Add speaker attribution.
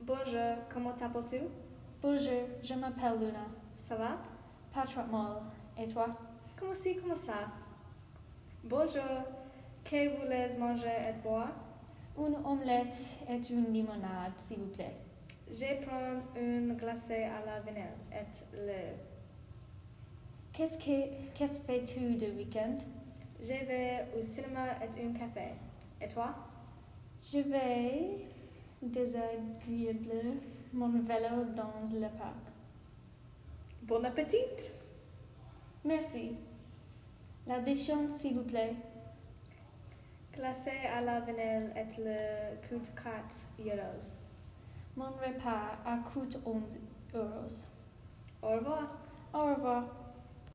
Speaker 1: Bonjour, comment t'appelles-tu
Speaker 2: Bonjour, je m'appelle Luna.
Speaker 1: Ça va
Speaker 2: Pas trop mal. Et toi
Speaker 1: Comment si, comment ça Bonjour, que voulez manger et boire
Speaker 2: Une omelette et une limonade, s'il vous plaît.
Speaker 1: Je prends une glacée à la vanille et le.
Speaker 2: Qu'est-ce que qu'est-ce que fais-tu de week-end
Speaker 1: Je vais au cinéma et un café. Et toi
Speaker 2: Je vais désagréable mon vélo dans le parc.
Speaker 1: Bon appétit
Speaker 2: Merci. La déchante, s'il vous plaît.
Speaker 1: Glacée à la vanille et le coût 4 euros.
Speaker 2: Mon repas a coûte 11 euros.
Speaker 1: Au revoir
Speaker 2: Au revoir.